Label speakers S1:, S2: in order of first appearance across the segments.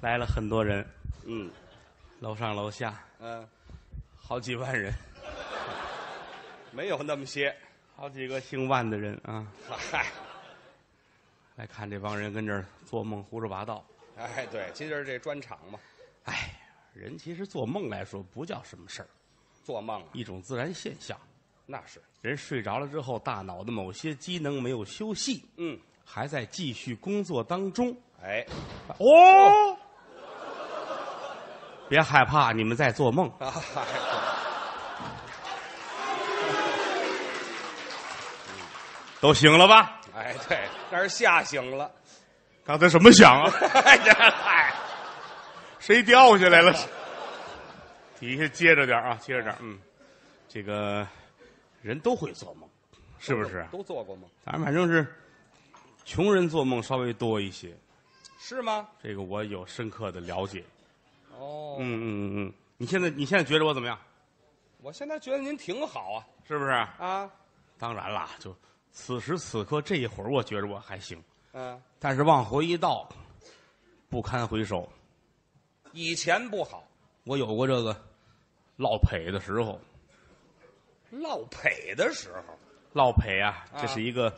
S1: 来了很多人，
S2: 嗯
S1: 楼上楼下
S2: 嗯、呃
S1: 好几万人，
S2: 没有那么些。哎
S1: 好几个姓万的人啊，
S2: 嗨，
S1: 来看这帮人跟这儿做梦胡说八道。
S2: 哎，对，今儿这专场嘛，
S1: 哎，人其实做梦来说不叫什么事儿，
S2: 做梦啊
S1: 一种自然现象。
S2: 那是。
S1: 人睡着了之后，大脑的某些机能没有休息，
S2: 嗯，
S1: 还在继续工作当中。
S2: 哎，
S1: 哦，别害怕，你们在做梦。
S2: 啊，嗨
S1: 都醒了吧？
S2: 哎，对，那是吓醒了。
S1: 刚才什么响啊？
S2: 哎，这嗨，
S1: 谁掉下来了？底下接着点啊，接着点。嗯，这个人都会做梦，是不是？
S2: 都做过吗？
S1: 咱们反正是穷人做梦稍微多一些，
S2: 是吗？
S1: 这个我有深刻的了解。
S2: 哦，
S1: 嗯嗯嗯嗯，你现在你现在觉得我怎么样？
S2: 我现在觉得您挺好啊
S1: 是不是？
S2: 啊，
S1: 当然啦，就此时此刻这一会儿，我觉着我还行，
S2: 嗯、
S1: 但是往回一倒，不堪回首。
S2: 以前不好，
S1: 我有过这个落魄的时候，
S2: 落北的时候，
S1: 落魄啊，
S2: 啊
S1: 这是一个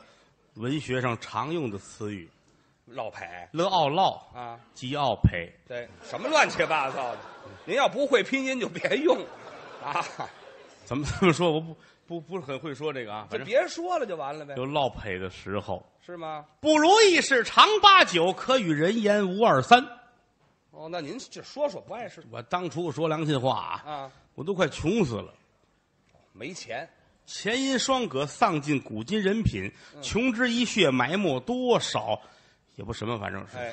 S1: 文学上常用的词语，
S2: 落北
S1: 乐傲落，
S2: 啊，
S1: 极傲魄。
S2: 对，什么乱七八糟的，
S1: 嗯
S2: 您要不会拼音就别用啊，
S1: 怎么 这么说？我不不不是很会说这个啊，
S2: 就
S1: 反正
S2: 别说了就完了呗，
S1: 有落魄的时候。
S2: 是吗？
S1: 不如意事常八九，可与人言无二三。
S2: 哦，那您就说说不碍事
S1: 我当初说良心话啊，
S2: 啊，
S1: 我都快穷死了。
S2: 没钱，
S1: 前因双葛，丧尽古今人品，穷之一血，埋没多少，也不什么，反正是、
S2: 哎，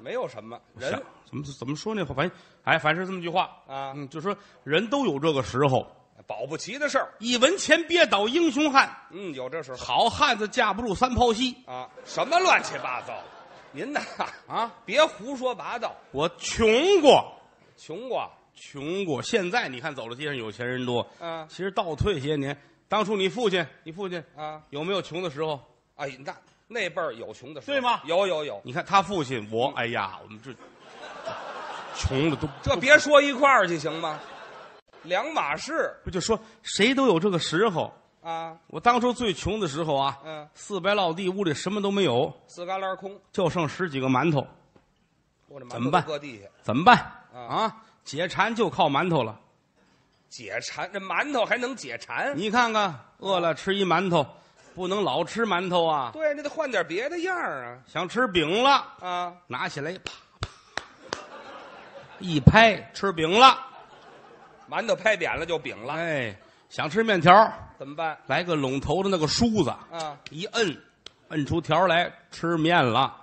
S2: 没有什么人
S1: 想怎么怎么说那话，反正哎，反正是这么句话，
S2: 啊，
S1: 嗯，就说人都有这个时候，
S2: 保不齐的事儿，
S1: 一文钱憋倒英雄汉，
S2: 嗯，有这时候
S1: 好汉子架不住三泡稀
S2: 啊，什么乱七八糟的，您呐，
S1: 啊！
S2: 别胡说八道，
S1: 我穷过，
S2: 穷过
S1: 穷过，现在你看走到街上有钱人多，
S2: 啊
S1: 其实倒退些年，当初你父亲，你父亲
S2: 啊，
S1: 有没有穷的时候？
S2: 哎，那那辈儿有穷的时候，
S1: 对吗
S2: 有有有，
S1: 你看他父亲，我，哎呀，我们这穷的都
S2: 这别说一块儿去行吗？两码事
S1: 不就说谁都有这个时候。
S2: 啊，
S1: 我当初最穷的时候啊，
S2: 嗯，
S1: 四白落地，屋里什么都没有，
S2: 四旮旯空，
S1: 就剩十几个馒头，
S2: 我这
S1: 怎么
S2: 馒头
S1: 办
S2: 都搁地下，
S1: 怎么办
S2: 嗯
S1: 啊？解馋就靠馒头了。
S2: 解馋，这馒头还能解馋？
S1: 你看看，饿了吃一馒头，不能老吃馒头啊。
S2: 对，你得换点别的样儿啊
S1: 想吃饼了，
S2: 啊！
S1: 拿起来啪啪一拍，吃饼了。
S2: 馒头拍扁了就饼了，
S1: 哎，想吃面条，
S2: 怎么办
S1: 来个拢头的那个梳子，
S2: 啊？
S1: 一摁，摁出条来，吃面了。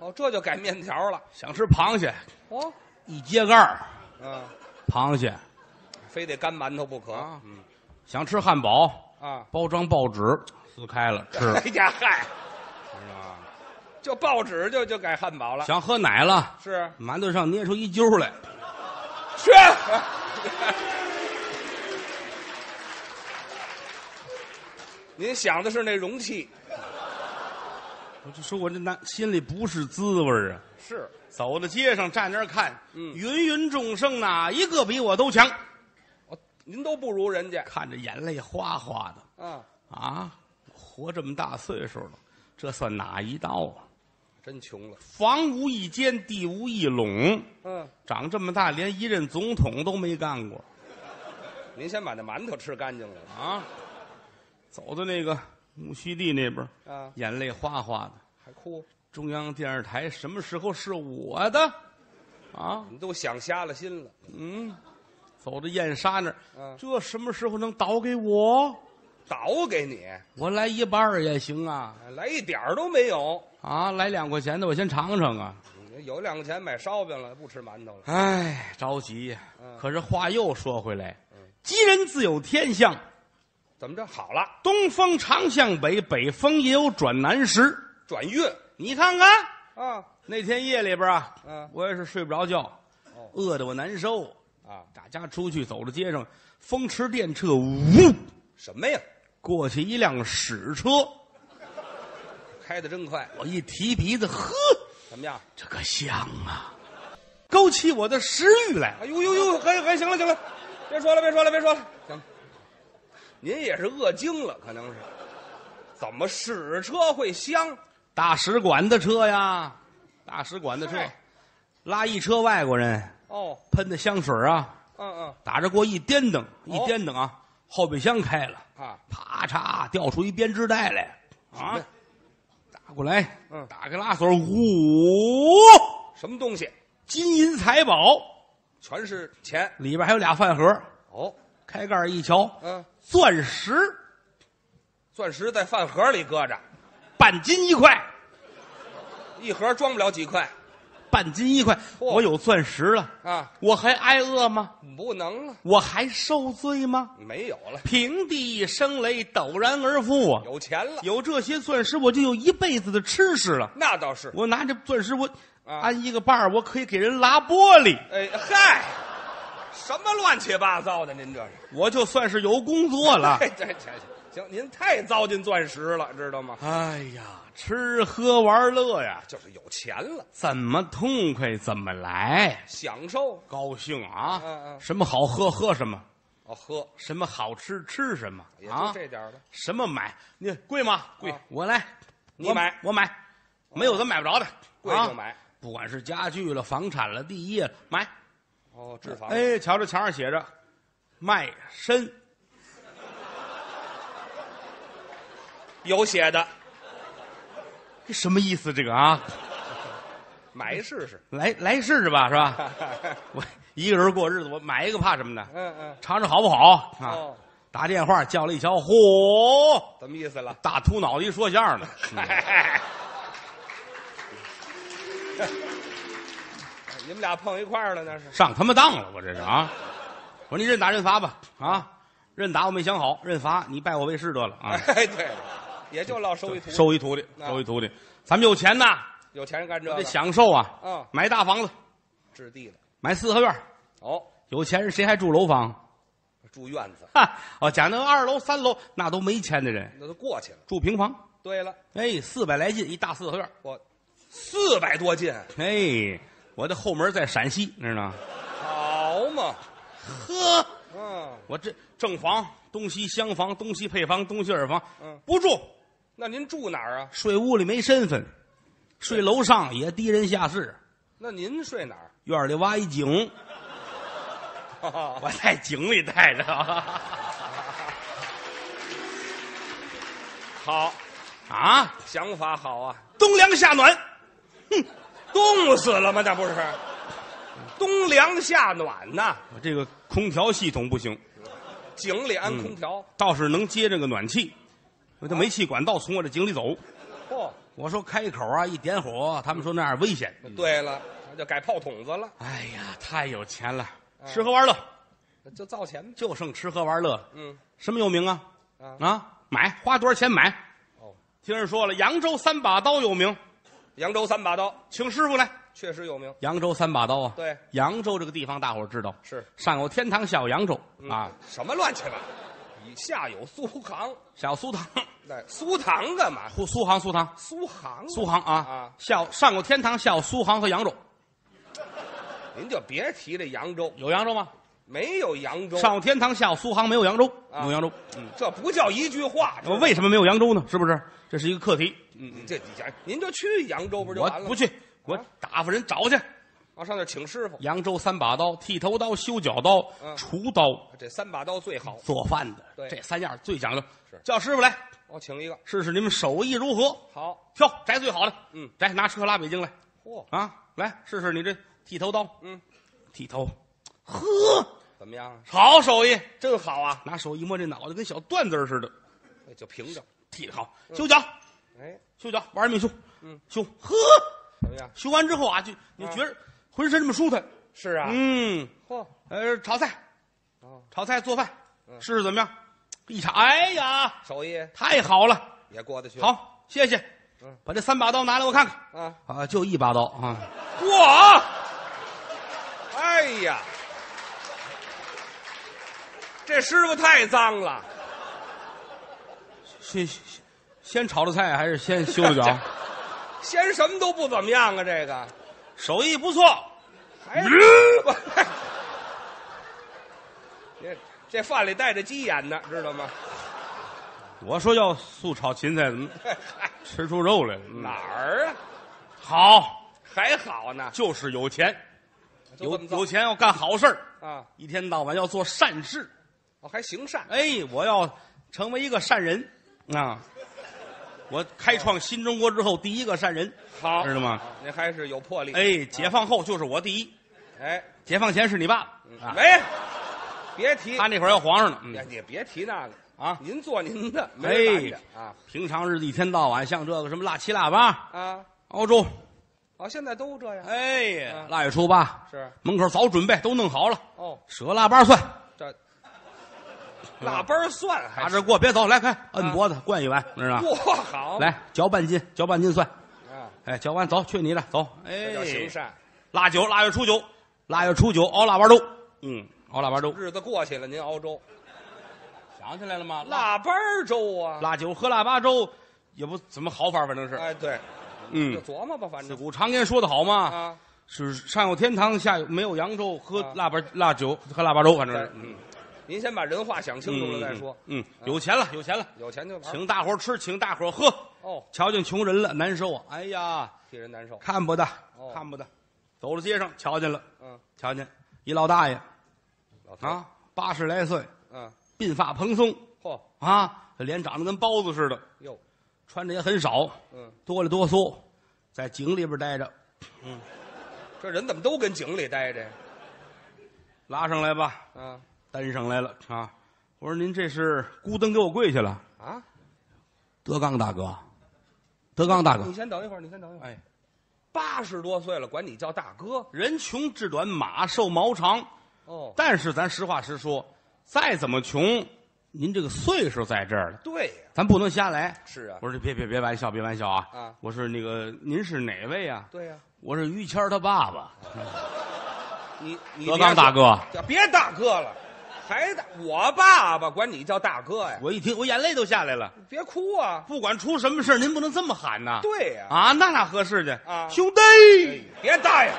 S2: 哦，这就改面条了
S1: 想吃螃蟹，
S2: 哦，
S1: 一揭盖儿，
S2: 嗯、
S1: 螃蟹。
S2: 非得干馒头不可
S1: 啊
S2: 嗯
S1: 想吃汉堡，
S2: 啊！
S1: 包装报纸撕开了吃
S2: 哎呀嗨，
S1: 啊。
S2: 就报纸就就改汉堡了，
S1: 想喝奶了，
S2: 是
S1: 馒头上捏出一揪来，
S2: 去。 您想的是那容器
S1: 我就说我这难心里不是滋味儿啊。
S2: 是
S1: 走到街上站那儿看，
S2: 嗯
S1: 芸芸众生哪一个比我都强？
S2: 哦，您都不如人家
S1: 看着眼泪哗哗的
S2: 啊，
S1: 啊！活这么大岁数了，这算哪一道啊？
S2: 真穷了。
S1: 房无一间，地无一垄，
S2: 嗯，
S1: 长这么大连一任总统都没干过
S2: 您先把那馒头吃干净了
S1: 啊！走到那个木樨地那边儿，
S2: 啊，
S1: 眼泪哗哗的。
S2: 还哭，
S1: 中央电视台什么时候是我的？啊，
S2: 你都想瞎了心了。
S1: 嗯，走到燕莎那儿，
S2: 嗯
S1: 这什么时候能倒给我？
S2: 倒给你，哎
S1: 我来一半儿也行啊！
S2: 来一点儿都没有。
S1: 啊，来两块钱的，我先尝尝啊！
S2: 有两块钱买烧饼了，不吃馒头了。
S1: 哎，着急呀！
S2: 嗯
S1: 可是话又说回来
S2: 嗯，
S1: 吉人自有天相，
S2: 怎么着？好了，
S1: 东风常向北，北风也有转南时。
S2: 转运
S1: 你看看
S2: 啊
S1: 那天夜里边啊，
S2: 嗯
S1: 我也是睡不着觉
S2: 哦，
S1: 饿得我难受。
S2: 啊，
S1: 大家出去走着街上，风驰电掣，呜，
S2: 什么呀？
S1: 过去一辆屎车，
S2: 开的真快，
S1: 我一提鼻子，呵，
S2: 怎么样？
S1: 这个香啊，勾起我的食欲来了。
S2: 哎呦呦呦，可以可以，行了行了，别说了别说了别说了，行了。您也是饿精了，可能是。怎么使车会香？
S1: 大使馆的车呀，大使馆的车
S2: 嗨，
S1: 拉一车外国人，
S2: 哦，
S1: 喷的香水啊，
S2: 嗯嗯
S1: 打着锅一颠蹬，
S2: 哦
S1: 一颠蹬啊，后备箱开了，
S2: 啊，
S1: 啪嚓掉出一编织袋来，啊，打过来，
S2: 嗯
S1: 打开拉锁，五
S2: 什么东西？
S1: 金银财宝，
S2: 全是钱。
S1: 里边还有俩饭盒，
S2: 哦，
S1: 开盖一瞧，
S2: 嗯，
S1: 钻石
S2: 钻石在饭盒里搁着，
S1: 半斤一块，
S2: 一盒装不了几块
S1: 半斤一块，
S2: 嚯
S1: 我有钻石了，
S2: 啊，
S1: 我还挨饿吗？
S2: 不能了，
S1: 我还受罪吗？
S2: 没有了，
S1: 平地一声雷，陡然而富啊！
S2: 有钱了，
S1: 有这些钻石，我就有一辈子的吃食了。
S2: 那倒是。
S1: 我拿着钻石，我
S2: 啊
S1: 安一个伴儿，我可以给人拉玻璃。
S2: 哎嗨，什么乱七八糟的？您这是？
S1: 我就算是有工作了。
S2: 这这这行，您太糟践钻石了，知道吗？
S1: 哎呀，吃喝玩乐呀，
S2: 就是有钱了，
S1: 怎么痛快怎么来，
S2: 享受
S1: 高兴啊！
S2: 嗯嗯
S1: 什么好喝喝什么，
S2: 哦，喝
S1: 什么好吃吃什么
S2: 也就
S1: 啊？
S2: 这点儿了。
S1: 什么买？你贵吗？贵，
S2: 啊
S1: 我来，
S2: 你
S1: 我
S2: 买
S1: 我买，没有咱买不着的，
S2: 贵
S1: 啊
S2: 就买。
S1: 不管是家具了、房产了、地业了，买。
S2: 哦，脂肪。
S1: 哎，瞧这墙上写着“卖身
S2: 有写的，”，
S1: 这什么意思？这个啊，
S2: 买试 试。
S1: 来来世是吧？是吧？
S2: 嗯
S1: 我一个人过日子，我买一个怕什么呢？
S2: 嗯，
S1: 尝尝好不好啊？
S2: 哦，
S1: 打电话叫了一瞧，嚯，
S2: 怎么意思了？
S1: 大秃脑袋一说相 声的，嗯
S2: 嗨，你们俩碰一块儿了那是？
S1: 上他妈当了，我这是啊！我说你认打认罚吧啊！认打我没想好，认罚你拜我为师得了啊！
S2: 哎，对，也就落收一徒，
S1: 收一徒弟，
S2: 啊
S1: 收一徒弟，咱们有钱呐，
S2: 有钱人干这
S1: 得
S2: 个，
S1: 享受啊！
S2: 嗯
S1: 买大房子，
S2: 置地的。
S1: 买四合院，
S2: 哦，
S1: 有钱人谁还住楼房？
S2: 住院子
S1: 哈！哦，讲那二楼、三楼那都没钱的人
S2: 那都过去了。
S1: 住平房，
S2: 对了，
S1: 哎，四百来进一大四合院，
S2: 我四百多斤，
S1: 哎，我的后门在陕西，你知道吗？
S2: 好嘛，
S1: 呵。
S2: 嗯，
S1: 我这正房、东西厢房、东西配房、东西耳房，
S2: 嗯
S1: 不住，
S2: 那您住哪儿啊？
S1: 睡屋里没身份，睡楼上也低人下士，
S2: 那您睡哪儿？
S1: 院里挖一井，
S2: 哈哈
S1: 我在井里待着 啊
S2: 好，
S1: 啊，
S2: 想法好啊，
S1: 冬凉夏暖，
S2: 冻死了吗？那不是，冬凉夏暖呐，
S1: 我这个空调系统不行，
S2: 井里安空调。
S1: 倒是能接这个暖气，我这煤气管道从我这井里走。
S2: 嚯、
S1: 我说开口啊，一点火，他们说那样危险。
S2: 对了，那就改炮筒子了，
S1: 哎呀，太有钱了，吃喝玩乐
S2: 那就造钱呗。
S1: 就剩吃喝玩乐了。
S2: 嗯，
S1: 什么有名啊？
S2: 啊，
S1: 啊，买花多少钱买？
S2: 哦，
S1: 听人说了，扬州三把刀有名，
S2: 扬州三把刀
S1: 请师傅来。
S2: 确实有名。
S1: 扬州三把刀啊，
S2: 对，
S1: 扬州这个地方大伙儿知道，
S2: 是
S1: 上有天堂，下有扬州、啊，，
S2: 嗯什么乱七八糟？以下有苏杭，
S1: 下有苏塘，
S2: 那苏杭干嘛？
S1: 苏苏杭苏塘
S2: 苏杭，
S1: 苏杭啊，
S2: 啊
S1: 下有上有天堂，下有苏杭和扬州，
S2: 您就别提这扬州，
S1: 有扬州吗？
S2: 没有扬州，
S1: 上有天堂，下有苏杭，没有扬州，
S2: 啊
S1: 没有扬州。嗯，
S2: 这不叫一句话。这
S1: 为什么没有扬州呢？是不是？这是一个课题。
S2: 嗯，这这您就去扬州不就
S1: 我
S2: 完了吗？
S1: 不去，我打发人找去。
S2: 啊，上那儿请师傅，
S1: 扬州三把刀：剃头刀、修脚刀、
S2: 嗯
S1: 厨刀。
S2: 这三把刀最好。
S1: 做饭的，
S2: 对
S1: 这三样最讲究
S2: 是。
S1: 叫师傅来
S2: 我请一个
S1: 试试你们手艺如何，
S2: 好，
S1: 挑摘最好的，
S2: 嗯，
S1: 摘拿车拉北京来
S2: 嚯，
S1: 啊，来试试你这剃头刀，
S2: 嗯，
S1: 剃头，呵，
S2: 怎么样？啊
S1: 好手艺，
S2: 真好啊！
S1: 拿手一摸这脑袋跟小段子儿似的，
S2: 哎就平着，
S1: 剃得好，修脚，
S2: 哎，
S1: 修脚，玩命修，
S2: 嗯，
S1: 修，呵，
S2: 怎么样？
S1: 修完之后啊，就你觉着浑身这么舒坦，
S2: 是嗯啊，
S1: 嗯，
S2: 嚯，
S1: 呃，炒菜
S2: 哦，
S1: 炒菜做饭，
S2: 嗯
S1: 试试怎么样？一尝，哎呀，
S2: 手艺
S1: 太好了。
S2: 也过得去。
S1: 好，谢谢。
S2: 嗯
S1: 把这三把刀拿来，我看看。
S2: 啊，
S1: 啊，就一把刀啊！
S2: 嚯！哎呀，这师傅太脏了，
S1: 谢谢先炒的菜还是先修啊的脚？
S2: 先什么都不怎么样啊，这个哎
S1: 手艺不错，
S2: 还不 这这饭里带着鸡眼呢，知道吗？
S1: 我说要素炒芹菜，怎么吃出肉来了？嗯
S2: 哎哪儿啊？
S1: 好，
S2: 还好呢，
S1: 就是有钱，
S2: 就
S1: 有
S2: 这么造
S1: 有钱要干好事儿，
S2: 啊，
S1: 一天到晚要做善事。
S2: 哦，还行善，
S1: 哎，我要成为一个善人啊！我开创新中国之后第一个善人，
S2: 好嗯
S1: 知道吗？
S2: 您还是有魄力。
S1: 哎，解放后就是我第一，
S2: 哎，
S1: 解放前是你爸啊，
S2: 没，别提
S1: 他，那会儿要皇上呢。
S2: 别
S1: 嗯，
S2: 你别提那个
S1: 啊
S2: 您做您的，没人拦着啊
S1: 平常日子一天到晚像这个什么腊七腊八、
S2: 啊！
S1: 熬粥，
S2: 哦，现在都这样，
S1: 哎
S2: 啊，
S1: 腊月初八
S2: 是
S1: 门口早准备都弄好了，
S2: 哦，
S1: 舍腊八蒜，
S2: 这腊八蒜
S1: 嗯
S2: 还
S1: 拿
S2: 是
S1: 着过别走，来快摁
S2: 啊
S1: 脖子灌一碗，知道吗？
S2: 不好
S1: 来嚼半斤，嚼半斤蒜，
S2: 啊，
S1: 哎，嚼完走，去你的，走，哎
S2: 这，叫行善。
S1: 腊酒，腊月初九，腊月初九熬腊八粥。嗯，熬腊八粥。
S2: 日子过去了，您熬
S1: 啊
S2: 粥，
S1: 想起来了吗？腊
S2: 腊八粥啊，
S1: 腊酒喝腊八粥，也不怎么好法，反正是。
S2: 哎，对，就
S1: 嗯，
S2: 琢磨吧，反
S1: 自
S2: 正
S1: 古常言说的好嘛，
S2: 啊，
S1: 是上有天堂，下有没有扬州，喝
S2: 啊
S1: 腊八腊酒，喝腊八粥，反正是。嗯，
S2: 您先把人话想清楚了再说，啊
S1: 嗯，嗯有钱了，有钱了，
S2: 有钱就玩。
S1: 请大伙儿吃，请大伙儿喝，
S2: 哦，
S1: 瞧见穷人了，难受啊！哎呀，
S2: 替人难受，
S1: 看不得
S2: 哦，
S1: 看不得。走到街上，瞧见了，
S2: 嗯，
S1: 瞧见一老大爷
S2: 老头，
S1: 啊，八十来岁，
S2: 嗯，
S1: 鬓发蓬松
S2: 嚯，
S1: 啊，这脸长得跟包子似的，
S2: 哟，
S1: 穿着也很少，
S2: 嗯，
S1: 哆里哆嗦，在井里边待着。
S2: 这人怎么都跟井里待着呀？
S1: 拉上来吧，
S2: 啊
S1: 担上来了啊！我说您这是孤灯给我跪下了，
S2: 啊！
S1: 德刚大哥，德刚大
S2: 你
S1: 哥，
S2: 先等一会儿，你先等一会儿。
S1: 哎，
S2: 八十多岁了，管你叫大哥
S1: 人穷志短，马瘦毛长。
S2: 哦？
S1: 但是咱实话实说，再怎么穷，您这个岁数在这儿了，
S2: 对呀，
S1: 咱不能瞎来。
S2: 是啊，
S1: 我说别别别玩笑，别玩笑啊！
S2: 啊
S1: 我说那个您是哪位啊？
S2: 对呀，
S1: 我是于谦儿他爸爸，
S2: 你你
S1: 德刚大
S2: 哥，
S1: 哥。
S2: 叫别大哥了，还大我爸爸管你叫大哥呀？
S1: 我一听，我眼泪都下来了。
S2: 别哭啊！
S1: 不管出什么事儿您不能这么喊呐！
S2: 对呀，
S1: 啊，那哪合适去？
S2: 啊
S1: 兄弟，
S2: 哎别答应，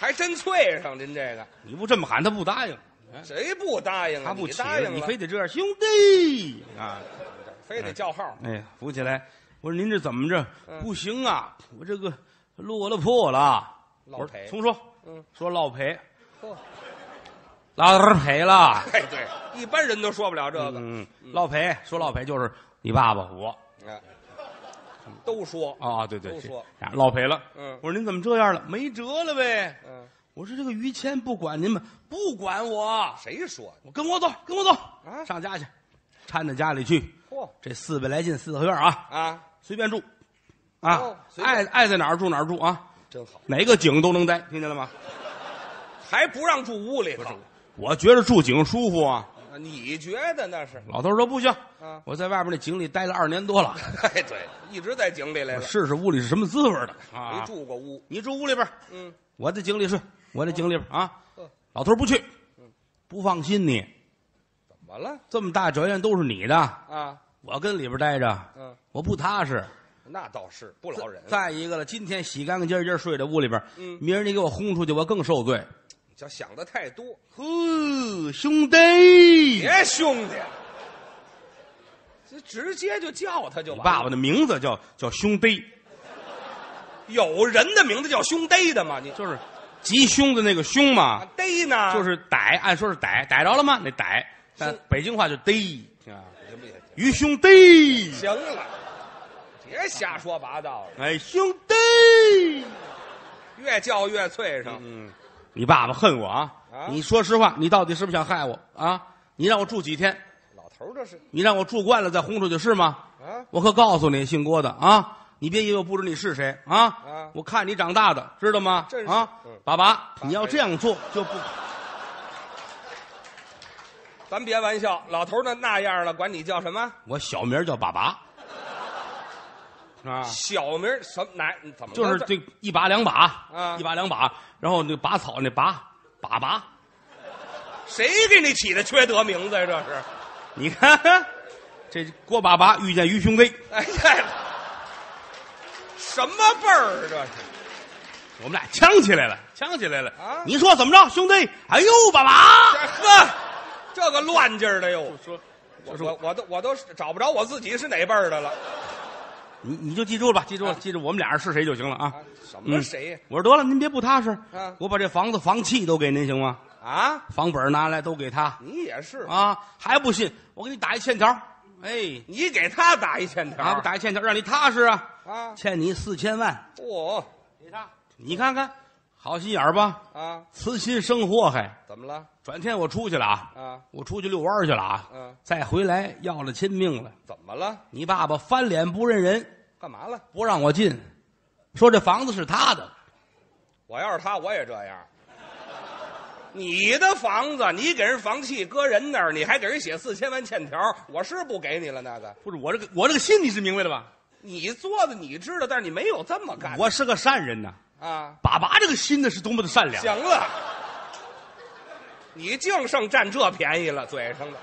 S2: 还真脆上您这个，
S1: 你不这么喊，他不答应，
S2: 谁不答应啊？
S1: 嗯他不
S2: 你
S1: 起
S2: 答
S1: 来，
S2: 应
S1: 你
S2: 了，
S1: 非得这样，兄弟啊！
S2: 非得叫号
S1: 哎呀，扶起来！我说您这怎么着？
S2: 嗯
S1: 不行啊，我这个落了魄了。
S2: 落
S1: 我说
S2: 赔
S1: 重说，
S2: 嗯，
S1: 说落赔，
S2: 嚯
S1: 落赔了。
S2: 哎，对，一般人都说不了这个，
S1: 嗯，落赔说落赔就是你爸爸我
S2: 哎都说
S1: 啊，对对
S2: 都
S1: 对
S2: 说，
S1: 啊落赔了。
S2: 嗯
S1: 我说您怎么这样了？没辙了呗。
S2: 嗯，
S1: 我说这个于谦不管您们，不管我，
S2: 谁说的？
S1: 我跟我走，跟我走，
S2: 啊
S1: 上家去，搀到家里去。
S2: 嚯
S1: 这四百来进四合院啊，
S2: 啊，
S1: 随便住，啊，
S2: 哦随便
S1: 爱爱在哪儿住哪儿住啊，
S2: 真好，
S1: 哪个井都能待，听见了吗？
S2: 还不让住屋里头。
S1: 我觉得住井舒服啊。
S2: 啊你觉得那是？
S1: 老头儿说不行，
S2: 啊
S1: 我在外边那井里待了二年多了，
S2: 哎，对，一直在井里来
S1: 我
S2: 了，
S1: 试试屋里是什么滋味儿的
S2: 哎没
S1: 啊。
S2: 住过屋。
S1: 你住屋里边儿，
S2: 嗯，
S1: 我在井里睡，我在井里边儿啊
S2: 呵。
S1: 老头儿不去，
S2: 嗯
S1: 不放心你，
S2: 怎么了？
S1: 这么大酒店都是你的，
S2: 啊，
S1: 我跟里边儿待着，
S2: 嗯，
S1: 我不踏实。
S2: 那倒是不饶人，
S1: 再一个了，今天洗干干净净睡在屋里边，
S2: 嗯
S1: 明儿你给我轰出去，我更受罪。
S2: 叫想的太多。
S1: 呵，兄弟，
S2: 别兄弟，这直接就叫他就
S1: 你
S2: 完了。
S1: 爸爸的名字叫叫兄弟，
S2: 有人的名字叫兄弟的吗？你
S1: 就是吉凶的那个凶
S2: 啊
S1: 嘛，，
S2: 逮呢？
S1: 就是逮，按说是逮，逮着了吗？那逮，但
S2: 是
S1: 北京话就逮，
S2: 啊，行不行？
S1: 于兄弟，
S2: 行了，别瞎说八道了，
S1: 哎，兄弟，
S2: 越叫越脆上。
S1: 嗯，你爸爸恨我啊！
S2: 啊
S1: 你说实话，你到底是不是想害我啊？你让我住几天？
S2: 老头儿这是
S1: 你让我住惯了再轰出去是吗？
S2: 啊，
S1: 我可告诉你，姓郭的啊，你别以为我不知道你是谁啊！
S2: 啊
S1: 我看你长大的，知道吗？
S2: 真是
S1: 啊
S2: 嗯，
S1: 爸爸，你要这样做就不
S2: 咱别玩笑，老头儿那那样了，管你叫什么？
S1: 我小名叫爸爸啊，
S2: 小名儿什么哪怎么着
S1: 就是这一把两把
S2: 啊
S1: 一把两把，然后那个拔草那拔粑粑，
S2: 谁给你起的缺德名字呀？这是
S1: 你看这郭爸爸遇见于兄弟，
S2: 哎呀，什么辈儿啊这是？
S1: 我们俩呛起来了，呛起来了。
S2: 啊
S1: 你说怎么着，兄弟？哎呦，爸爸！
S2: 这呵，这个乱劲儿的哟！
S1: 说，
S2: 我
S1: 就是
S2: 我我都我都找不着我自己是哪辈儿的了
S1: 你你就记住了吧，记住了，
S2: 啊
S1: 记住我们俩人是谁就行了啊
S2: 啊。！什
S1: 嗯
S2: 么谁呀
S1: 我说得了，您别不踏实
S2: 啊，
S1: 我把这房子房契都给您行吗？
S2: 啊？
S1: 房本拿来都给他
S2: 你也是，
S1: 啊，还不信？我给你打一欠条，哎，
S2: 你给他打一欠条
S1: 啊，我打一欠条，让你踏实啊，
S2: 啊！
S1: 欠你四千万，
S2: 嚯
S1: 给他，你看看，好心眼儿吧，
S2: 啊！
S1: 慈心生祸害。
S2: 怎么了
S1: 转天我出去了啊，
S2: 啊？
S1: 我出去遛弯儿去了啊，
S2: 嗯
S1: 再回来要了亲命了。
S2: 怎么了？
S1: 你爸爸翻脸不认人，
S2: 干嘛了？
S1: 不让我进，说这房子是他的，
S2: 我要是他，我也这样。你的房子，你给人房契搁人那儿，你还给人写四千万欠条，我是不给你了那个。
S1: 不是我这个我这个心你是明白的吧？
S2: 你做的你知道，但是你没有这么干
S1: 我是个善人呐，
S2: 啊！
S1: 爸爸这个心呢是多么的善良。啊
S2: 行了，你净剩占这便宜了，嘴上的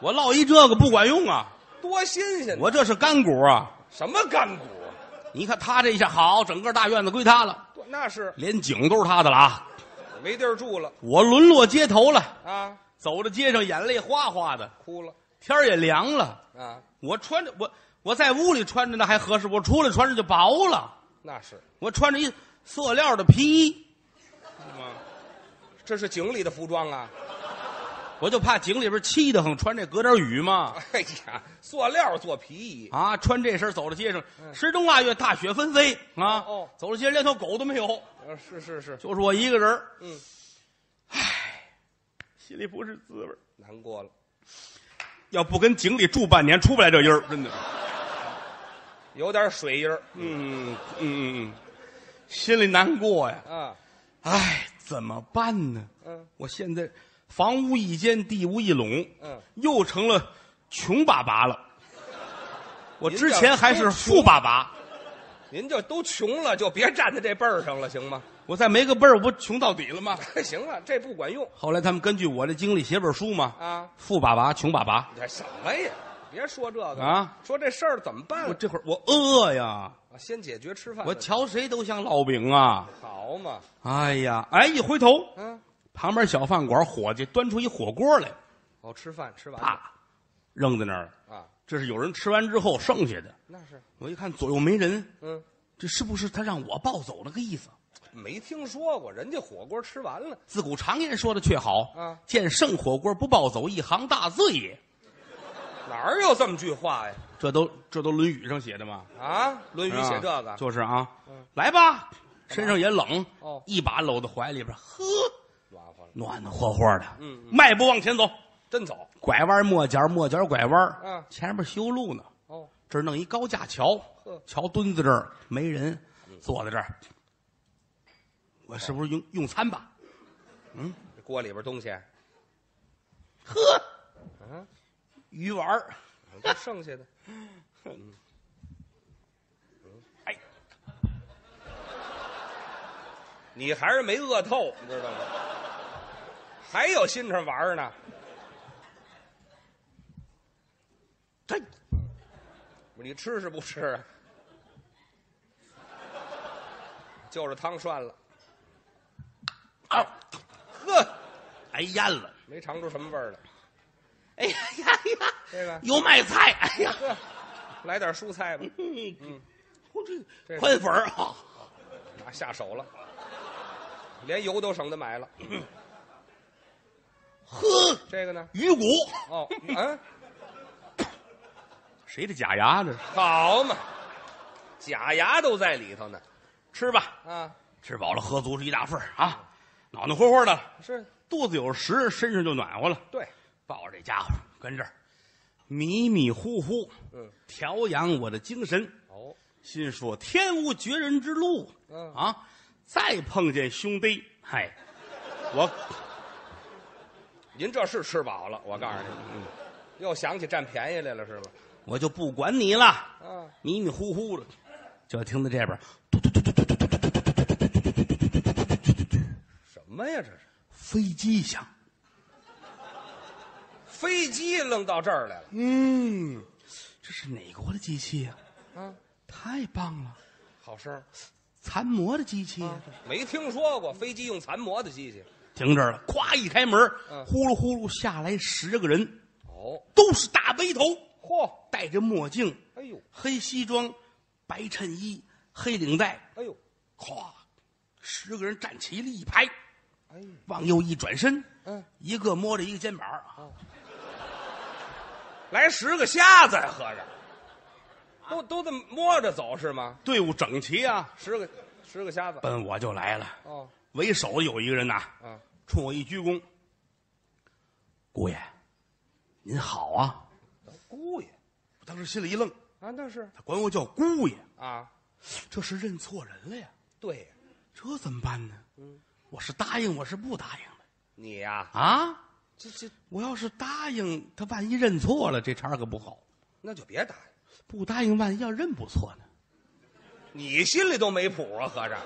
S1: 我落一这个不管用啊，
S2: 多新鲜！
S1: 我这是干股啊！
S2: 什么干股？
S1: 你看他这一下好，整个大院子归他了，
S2: 多那是
S1: 连井都是他的了啊！
S2: 没地儿住了
S1: 我沦落街头了，
S2: 啊，
S1: 走着街上眼泪哗哗的，
S2: 哭了
S1: 天儿也凉了。
S2: 啊，
S1: 我穿着我我在屋里穿着那还合适，我出来穿着就薄了。
S2: 那是
S1: 我穿着一塑料的皮衣，
S2: 这是井里的服装啊！
S1: 我就怕井里边气得很，穿这隔点雨嘛。
S2: 哎呀，塑料做皮衣，
S1: 啊，穿这身走到街上，十冬腊月大雪纷飞啊！
S2: 嗯哦
S1: 走到街上连条狗都没有，
S2: 呃是是是，
S1: 就是我一个人儿
S2: 嗯，
S1: 心里不是滋味儿
S2: 难过了。
S1: 要不跟井里住半年，出不来这音儿，真的。
S2: 有点水印儿
S1: 嗯嗯嗯，心里难过呀。
S2: 啊，
S1: 唉，怎么办呢？
S2: 嗯
S1: 我现在房屋一间，地无一垄，
S2: 嗯，
S1: 又成了穷爸爸了。我
S2: 您
S1: 之
S2: 这
S1: 前还是
S2: 都
S1: 富
S2: 穷
S1: 爸爸，
S2: 您就都穷了，就别站在这辈儿上了，行吗？
S1: 我再没个辈儿，我不穷到底了吗？
S2: 行了，这不管用
S1: 后来他们根据我的经历写本书嘛，
S2: 啊！
S1: 富爸爸、穷爸爸。
S2: 你这什么呀？别说这个
S1: 啊，
S2: 说这事儿怎么办
S1: 我？这会儿我饿呀，
S2: 啊先解决吃饭的
S1: 我
S2: 事。
S1: 瞧谁都像烙饼啊！
S2: 好嘛，
S1: 哎呀，哎，一回头，
S2: 嗯，
S1: 旁边小饭馆伙计端出一火锅来，
S2: 哦，吃饭吃完了
S1: 啪，扔在那儿了。
S2: 啊，
S1: 这是有人吃完之后剩下的。
S2: 那是
S1: 我一看左右没人，
S2: 嗯，
S1: 这是不是他让我抱走了个意思？
S2: 没听说过，人家火锅吃完了，
S1: 自古常言说的却好，
S2: 啊
S1: 见剩火锅不抱走，一行大罪也。
S2: 哪儿有这么句话呀？
S1: 这都这都《论语》上写的嘛，
S2: 啊，《论语》写这
S1: 啊
S2: 个，
S1: 就是啊
S2: 嗯，
S1: 来吧，身上也冷，
S2: 哦
S1: 一把搂到怀里边，呵，
S2: 暖和了，
S1: 暖暖和和的，
S2: 嗯嗯
S1: 迈步往前走，
S2: 真走
S1: 拐弯抹角，抹角拐弯，
S2: 嗯
S1: 前面修路呢，
S2: 哦，
S1: 这儿弄一高架桥
S2: 呵，
S1: 桥墩子这儿没人，坐在这儿，我是不是用用餐吧？
S2: 这锅里边东西
S1: 呵，
S2: 嗯
S1: 鱼丸儿，
S2: 都剩下的，嗯
S1: 哎，
S2: 你还是没饿透，你知道吗？还有心肠玩儿呢，
S1: 这
S2: 你吃是不吃啊？就是汤涮了，
S1: 啊，
S2: 呵，
S1: 哎咽了，
S2: 没尝出什么味儿来。
S1: 哎呀呀呀，
S2: 这个
S1: 有卖菜，哎呀，
S2: 呵，来点蔬菜吧，
S1: 嗯，我
S2: 这
S1: 这
S2: 是
S1: 宽粉儿啊，
S2: 拿下手了，连油都省得买了。
S1: 呵，
S2: 这个呢？
S1: 鱼骨，
S2: 哦，嗯，
S1: 谁的假牙这是？
S2: 好嘛，假牙都在里头呢。
S1: 吃吧，
S2: 啊，
S1: 吃饱了喝足是一大份儿啊，暖暖和和的，
S2: 是，
S1: 肚子有食，身上就暖和了。
S2: 对，
S1: 抱着这家伙跟这儿迷迷糊糊，
S2: 嗯，
S1: 调养我的精神。
S2: 哦，
S1: 心说天无绝人之路，
S2: 嗯
S1: 啊，再碰见兄弟，嗨，我
S2: 您这是吃饱了，我告诉你，又想起占便宜来了是吧？
S1: 我就不管你了，
S2: 啊，
S1: 迷迷糊糊的，就听到这边
S2: 什么呀这是？
S1: 飞机响，
S2: 飞机扔到这儿来了，
S1: 嗯，这是哪国的机器呀、
S2: 啊，
S1: 太棒了，
S2: 好声儿
S1: 残模的机器、
S2: 啊，没听说过飞机用残模的机器。
S1: 停这儿了，咵一开门，
S2: 嗯
S1: 呼噜呼噜下来十个人，
S2: 哦，
S1: 都是大背头，
S2: 嚯，
S1: 戴着墨镜，
S2: 哎呦，
S1: 黑西装，白衬衣，黑领带，
S2: 哎呦，
S1: 咵，十个人站齐了，一排，
S2: 哎呦，
S1: 往右一转身，
S2: 嗯，
S1: 一个摸着一个肩膀，
S2: 来十个瞎子呀，合着，都都这么摸着走是吗？
S1: 队伍整齐啊，
S2: 十个十个瞎子，
S1: 奔我就来了。
S2: 哦，
S1: 为首的有一个人呐，
S2: 啊，
S1: 冲我一鞠躬，姑爷，您好啊！
S2: 姑爷
S1: 我当时心里一愣，
S2: 啊，那是
S1: 他管我叫姑爷，
S2: 啊，
S1: 这是认错人了呀！
S2: 对呀，
S1: 这怎么办呢？我是答应，我是不答应的
S2: 你呀，
S1: 啊！
S2: 这这
S1: 我要是答应，他万一认错了，这茬儿可不好；
S2: 那就别打了，
S1: 不答应，万一要认不错呢？
S2: 你心里都没谱啊，合着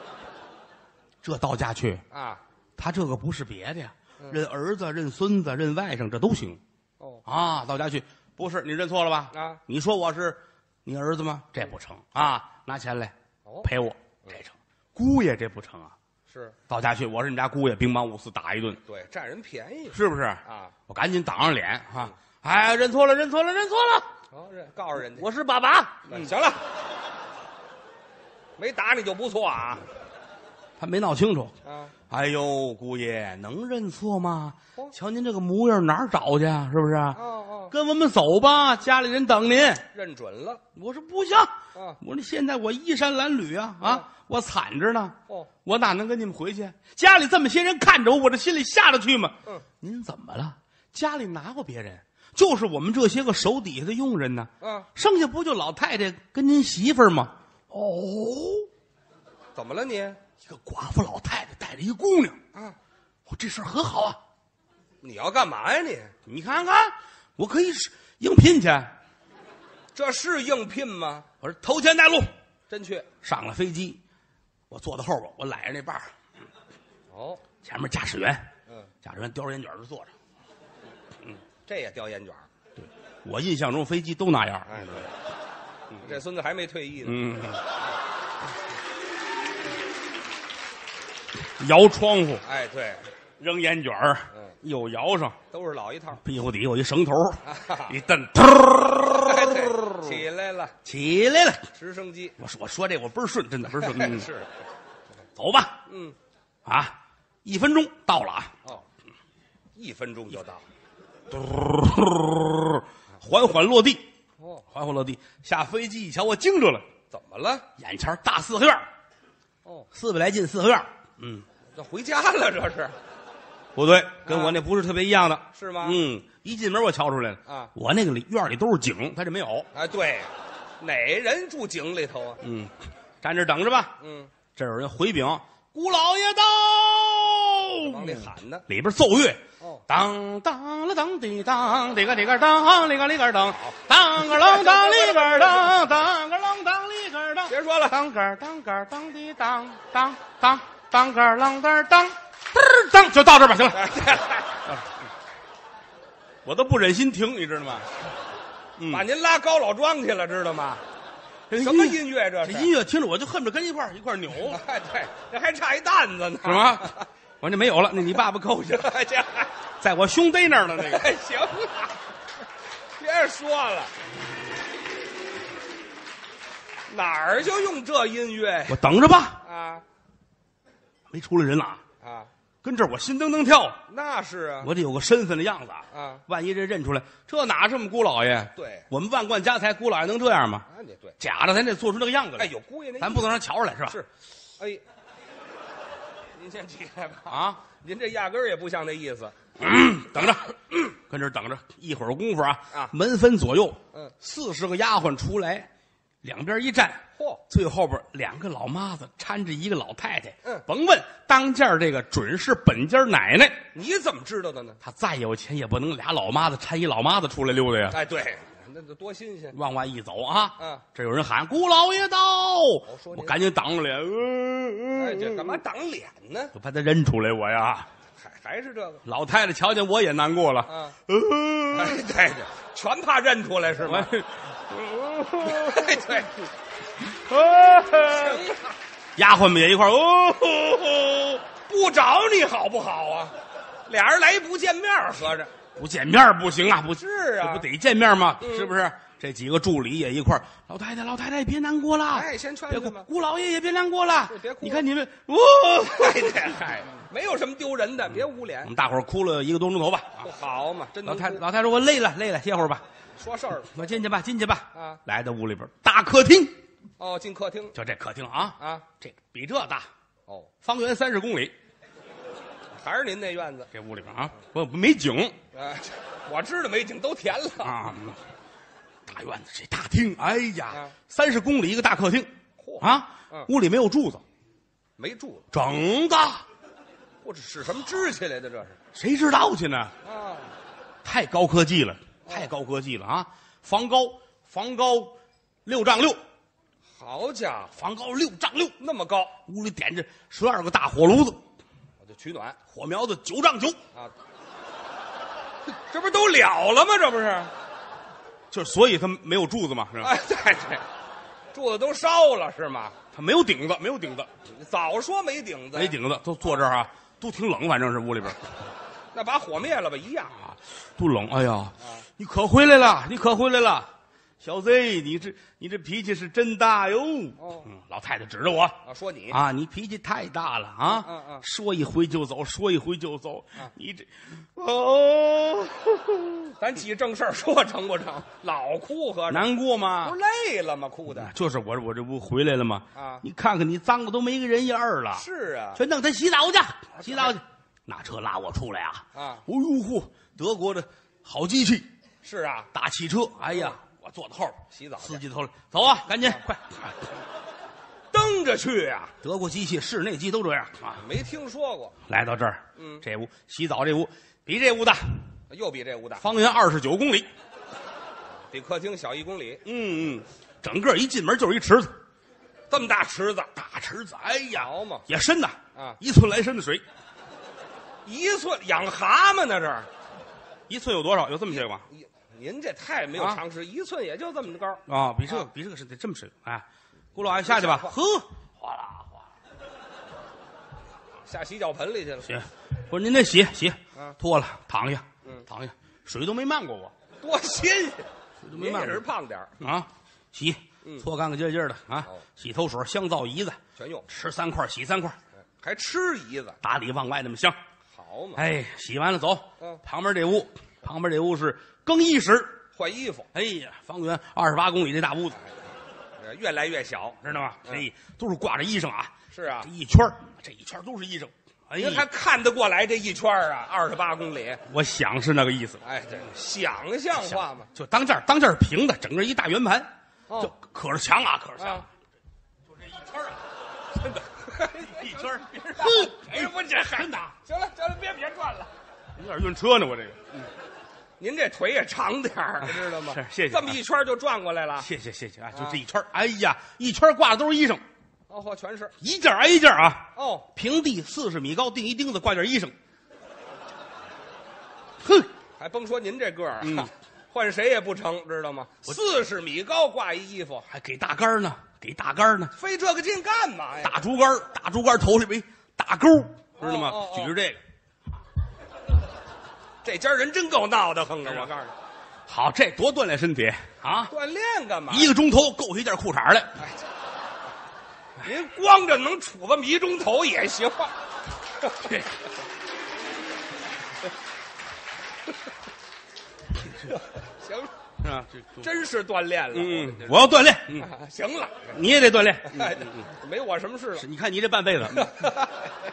S1: 这到家去，
S2: 啊，
S1: 他这个不是别的呀，
S2: 嗯
S1: 认儿子、认孙子、认外甥，这都行
S2: 哦，
S1: 啊。到家去，不是你认错了吧？
S2: 啊，
S1: 你说我是你儿子吗？这不成啊，拿钱来
S2: 哦，
S1: 赔我，这成。姑爷这不成啊，
S2: 是
S1: 到家去，我是你家姑爷，兵乓五四打一顿，
S2: 对，占人便宜
S1: 是不是？
S2: 啊，嗯
S1: 我赶紧挡上脸啊！哎，认错了，认错了，认错了，
S2: 哦，这告诉人家，
S1: 我是爸爸。
S2: 嗯行了，没打你就不错啊
S1: 他没闹清楚。
S2: 啊，
S1: 哎呦，姑爷能认错吗
S2: 哦？
S1: 瞧您这个模样，哪儿找去啊？是不是？
S2: 哦哦，
S1: 跟我们走吧，家里人等您。
S2: 认准了
S1: 我说不行，
S2: 啊，
S1: 我说现在我衣衫褴褛啊啊，我惨着呢，
S2: 哦，
S1: 我哪能跟你们回去？家里这么些人看着我，我这心里下得去吗？
S2: 嗯，
S1: 您怎么了？家里拿过别人，就是我们这些个手底下的佣人呢。
S2: 啊，
S1: 剩下不就老太太跟您媳妇儿吗？哦，
S2: 怎么了你
S1: 一个寡妇老太太带着一姑娘，
S2: 啊？
S1: 我这事儿很好啊。
S2: 你要干嘛呀你？
S1: 你看看，我可以是应聘去。
S2: 这是应聘吗？
S1: 我说头前带路，
S2: 真去
S1: 上了飞机，我坐到后边，我揽着那把儿
S2: 哦，
S1: 前面驾驶员，
S2: 嗯，
S1: 驾驶员叼着烟卷儿就坐着。
S2: 这也叼烟卷儿，
S1: 我印象中飞机都那样儿。
S2: 哎，对，这孙子还没退役呢，
S1: 嗯，摇窗户，
S2: 哎，对，
S1: 扔烟卷儿
S2: 嗯，
S1: 又摇上，
S2: 都是老一套，
S1: 屁股底有一绳头，
S2: 哈哈
S1: 一蹬，突
S2: 哎对 起来了，
S1: 起来了。
S2: 直升机，
S1: 我说我说这我倍儿顺，真的倍儿顺。嗯
S2: 是，
S1: 走吧，
S2: 嗯，
S1: 啊，一分钟到了啊，
S2: 哦，一分钟就到，
S1: 嘟 缓缓落地，
S2: 哦，
S1: 缓缓落地。下飞机一瞧，我惊着了，
S2: 怎么了？
S1: 眼前大四合院儿，
S2: 哦，
S1: 四百来进四合院儿。嗯，
S2: 这回家了，这是
S1: 不对，跟我那不是特别一样的。
S2: 啊是吗？，
S1: 嗯，一进门我瞧出来了
S2: 啊
S1: 我那个里院里都是井，他这没有。
S2: 哎，对，哪人住井里头啊？
S1: 嗯，站这儿等着吧。
S2: 嗯，
S1: 这儿有人回禀，姑老爷到，
S2: 往里喊呢，
S1: 里边奏乐。
S2: 哦，
S1: 当当了当滴当，里个里个当，里个里个当，当个啷 当里个当，当个啷当里个当，
S2: 别说 了，
S1: 当个当个当滴当当当当个啷当当，嘚当就到这吧，行了，
S2: 哎对
S1: 我都不忍心停，你知道吗？嗯
S2: 把您拉高老庄去了，知道吗？
S1: 这
S2: 什么音乐这
S1: 这
S2: 是？
S1: 音乐听着我就恨不得跟一块儿一 块儿扭，
S2: 哎，对，这还差一担子呢。
S1: 什么？ 我说这没有了，那你爸爸扣去了，
S2: 哎 这还
S1: 在我胸背那儿呢，那个
S2: 哎行了，别说了，哪儿就用这音乐呀
S1: 我等着吧，
S2: 啊
S1: 没出来人了啊，
S2: 啊？
S1: 跟这儿我心噔噔跳，
S2: 那是啊
S1: 我得有个身份的样子啊。
S2: 啊，
S1: 万一人认出来，这哪是我们姑老啊爷？
S2: 对，
S1: 我们万贯家财，姑老爷能这样吗？
S2: 啊你对，
S1: 假的，咱得做出那个样子来。
S2: 哎有姑爷那意思，
S1: 咱不能让人瞧出来，是吧？
S2: 是，哎，您先起来吧，
S1: 啊，
S2: 您这压根儿也不像那意思
S1: 等着，跟这儿等着，一会儿功夫啊，
S2: 啊
S1: 门分左右，
S2: 嗯
S1: 四十个丫鬟出来，两边一站，
S2: 嚯
S1: 最后边两个老妈子搀着一个老太太，
S2: 嗯
S1: 甭问，当家这个准是本家奶奶，
S2: 你怎么知道的呢？
S1: 她再有钱也不能俩老妈子搀一老妈子出来溜达呀。
S2: 哎，对，那得多新鲜
S1: 往外一走啊，
S2: 嗯
S1: 这有人喊“姑老爷到”，
S2: 说
S1: 我
S2: 您
S1: 赶紧挡着脸，嗯
S2: 哎，这干嘛？挡脸呢？
S1: 我怕他认出来我呀。
S2: 还还是这个？
S1: 老太太瞧见我也难过了，
S2: 啊，
S1: 嗯
S2: 哎，对对，全怕认出来是
S1: 我
S2: 吗？
S1: 我
S2: 对对，
S1: 哎
S2: 行了，
S1: 丫鬟们也一块儿哦吼吼，
S2: 不找你好不好啊？俩人来不见面儿，合着
S1: 不见面儿不行啊，不
S2: 是
S1: 这
S2: 啊
S1: 不，得见面吗？是不是？这几个助理也一块儿老太太，老太太别难过了，
S2: 哎先穿
S1: 别
S2: 上
S1: 哭
S2: 吧
S1: 姑老爷也别难过了
S2: 是别哭，
S1: 你看你们，哦，
S2: 哎对嗨，没有什么丢人的，别捂脸
S1: 我，们大伙儿哭了一个多钟头吧。
S2: 不好嘛，真
S1: 嗯老
S2: 能
S1: 太
S2: 哭
S1: 老太太说：“我累了，累了，歇会儿吧，
S2: 说事儿了
S1: 我进去吧，进去吧。”
S2: 啊
S1: 来到屋里边，大客厅，
S2: 哦，进客厅
S1: 就这客厅啊，
S2: 啊，
S1: 这比这大，
S2: 哦，
S1: 方圆三十公里。
S2: 还是您那院子，
S1: 这屋里边啊，我没景
S2: 啊，这我知道美景都填了，
S1: 啊，大院子这大厅，哎呀
S2: 啊，
S1: 三十公里一个大客厅
S2: 嚯
S1: 啊
S2: 嗯，
S1: 屋里没有柱子，
S2: 没住了，
S1: 整的，
S2: 我这使什么支起来的这是
S1: 谁知道去呢？
S2: 啊？
S1: 太高科技了，
S2: 嗯
S1: 太高科技了啊！房高，房高六丈六，
S2: 好家伙，
S1: 房高六丈六，
S2: 那么高，
S1: 屋里点着十二个大火炉子，
S2: 我就取暖
S1: 火苗子九丈九。
S2: 啊。这不都了了吗？这不是？
S1: 就是所以他没有柱子嘛，是吧？
S2: 哎，对对，柱子都烧了是吗？
S1: 他没有顶子，没有顶子，
S2: 早说没顶子，
S1: 没，顶子，都坐这儿啊，都挺冷，反正是屋里边儿
S2: 那把火灭了吧，一样。
S1: 啊，都冷。哎呀，你可回来了，你可回来了，小 Z，你这你这脾气是真大哟。
S2: 哦
S1: 嗯，老太太指着我
S2: 啊，说你
S1: 啊，你脾气太大了啊，
S2: 嗯嗯嗯
S1: 说一回就走，说一回就走，你这哦，
S2: 咱起正事儿说成不成？老哭合着，
S1: 难过吗
S2: 不？累了吗？哭的
S1: 就是我我这不回来了吗？
S2: 啊
S1: 你看看你脏的都没个人样儿了。
S2: 是啊，
S1: 全弄他洗澡去，洗澡去，拿车拉我出来啊！
S2: 啊
S1: 哦呦嚯，德国的好机器，
S2: 是啊，
S1: 大汽车，哎
S2: 哦
S1: 呀，我坐到后边，
S2: 洗澡去
S1: 司机头了，走啊，赶紧快！
S2: 蹬着去啊，
S1: 德国机器、室内机都这样啊。
S2: 没听说过，
S1: 来到这儿，
S2: 嗯
S1: 这屋洗澡这屋比这屋大，
S2: 又比这屋大，
S1: 方圆二十九公里。
S2: 比客厅小一公里，
S1: 嗯嗯，整个一进门就是一池子，
S2: 这么大池子，
S1: 大池子，哎呀，
S2: 好嘛
S1: 也深呐，
S2: 啊
S1: 一寸来深的水，
S2: 一寸养蛤蟆呢这儿。
S1: 一寸有多少？有这么些吗？
S2: 您哎您这太没有常识，一寸也就这么高，
S1: 啊，比这个
S2: 啊
S1: 比这个是得这么深，哎，郭老爷下去吧，
S2: 下去
S1: 呵，哗啦哗啦。
S2: 下洗脚盆里去了，
S1: 行，我说您得洗洗
S2: 嗯，
S1: 脱了躺下，
S2: 嗯
S1: 躺下，水都没漫过我，
S2: 多新鲜！
S1: 水都没
S2: 您
S1: 漫
S2: 也是
S1: 过
S2: 胖点儿，嗯
S1: 我啊，洗，搓干干净净的啊
S2: 哦，
S1: 洗头水、香皂、胰子，
S2: 全用，
S1: 吃三块洗三块，
S2: 还吃一子，
S1: 打里往外那么香。
S2: 好嘛？
S1: 哎，洗完了走
S2: 嗯，
S1: 旁边这屋，旁边这屋是更衣室。
S2: 换衣服
S1: 哎呀，方圆二十八公里这大屋子，
S2: 呃越来越小，
S1: 知道吗？
S2: 嗯
S1: 哎，都是挂着衣裳啊，
S2: 是啊
S1: 这，一圈儿这一圈儿都是衣裳。哎
S2: 您还
S1: 呀，
S2: 看得过来这一圈儿啊？二十八公里，
S1: 我想是那个意思。
S2: 哎，这想象化嘛，
S1: 就当这儿，当这儿平的，整个一大圆盘，
S2: 哦
S1: 就可着墙啊，可着墙，
S2: 啊，
S1: 就这一圈儿啊，真 的，一圈儿，哼，
S2: 哎我这还
S1: 真的啊，
S2: 行了行了，别别转了，
S1: 有点晕车呢，我这个，
S2: 您这腿也长点儿，知道吗？
S1: 是谢谢
S2: 这么一圈儿就转过来了，
S1: 谢谢谢谢啊，就
S2: 啊
S1: 这一圈儿，哎呀，一圈儿挂的都是衣裳，
S2: 哦嚯，全是
S1: 一件儿挨一件儿啊，
S2: 哦，
S1: 平地四十米高，钉一钉子，挂件衣裳，哼，
S2: 还甭说您这个儿啊
S1: 嗯，
S2: 换谁也不成，知道吗？四十米高挂一衣服，
S1: 还给大杆儿呢，给大杆儿呢，
S2: 费这个劲干嘛呀？
S1: 大竹竿儿，大竹竿儿头里边一大钩儿，知道吗
S2: 哦哦？哦
S1: 举着这个，
S2: 这家人真够闹得慌的，
S1: 是啊
S2: 哎我告诉你，
S1: 好，这多锻炼身体啊！
S2: 锻炼干嘛？
S1: 一个钟头够一件裤衩儿来。
S2: 哎您光着能杵这么一钟头也行， 行了，
S1: 啊，这
S2: 真是锻炼了。
S1: 嗯，
S2: 我
S1: 我要锻炼，嗯，
S2: 啊行了，
S1: 你也得锻炼。
S2: 哎 没我什么事了
S1: 是。你看你这半辈 子，嗯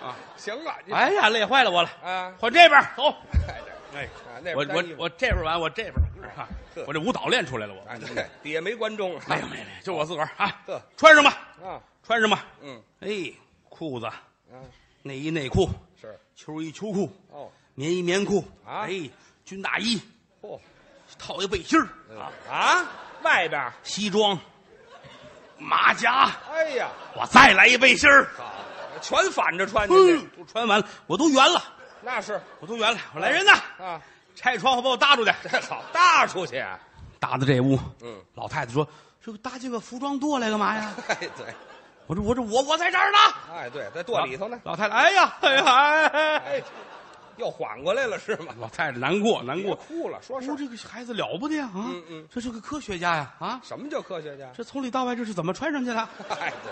S1: 啊
S2: 行了，你
S1: 哎呀，累坏了我了。
S2: 啊，
S1: 换这边走，
S2: 哎这
S1: 哎，
S2: 啊那边
S1: 我
S2: 单衣
S1: 我
S2: 服
S1: 我这边完，我这边啊
S2: 呵
S1: 我这舞蹈练出来了，我
S2: 啊，对，底下没观众啊
S1: 没有没有，没有就我自个儿啊
S2: 呵，
S1: 穿上吧，
S2: 啊，
S1: 穿上吧，
S2: 嗯
S1: 哎，裤子、
S2: 啊，
S1: 内衣、内裤、
S2: 是
S1: 秋衣、秋裤、
S2: 哦，
S1: 棉衣、棉裤，
S2: 啊
S1: 哎，军大衣，
S2: 嚯
S1: 套一背心儿啊，
S2: 啊，外边儿，
S1: 西装，马甲，
S2: 哎呀，
S1: 我再来一背心儿，
S2: 好，全反着穿，您
S1: 嗯
S2: 这，
S1: 都穿完了，我都圆了。
S2: 那是
S1: 我都圆了，我来人呐！
S2: 啊，
S1: 拆窗户把我搭出去。
S2: 这好搭出去啊，
S1: 搭到这屋，
S2: 嗯，
S1: 老太太说：“这个搭进个服装垛来干嘛呀？
S2: 哎，对，
S1: 我这我这我我在这儿呢。
S2: 哎，对，在垛里头呢。
S1: 老太太，哎呀，哎呀，哎哎哎
S2: 哎，又缓过来了是吗？
S1: 老太太难过难
S2: 别
S1: 过。
S2: 哭了，说事
S1: 说
S2: 儿。
S1: 这个孩子了不得呀啊！
S2: 嗯嗯
S1: 这是个科学家呀啊！
S2: 什么叫科学家？
S1: 这从里到外这是怎么穿上去的？
S2: 哎，对，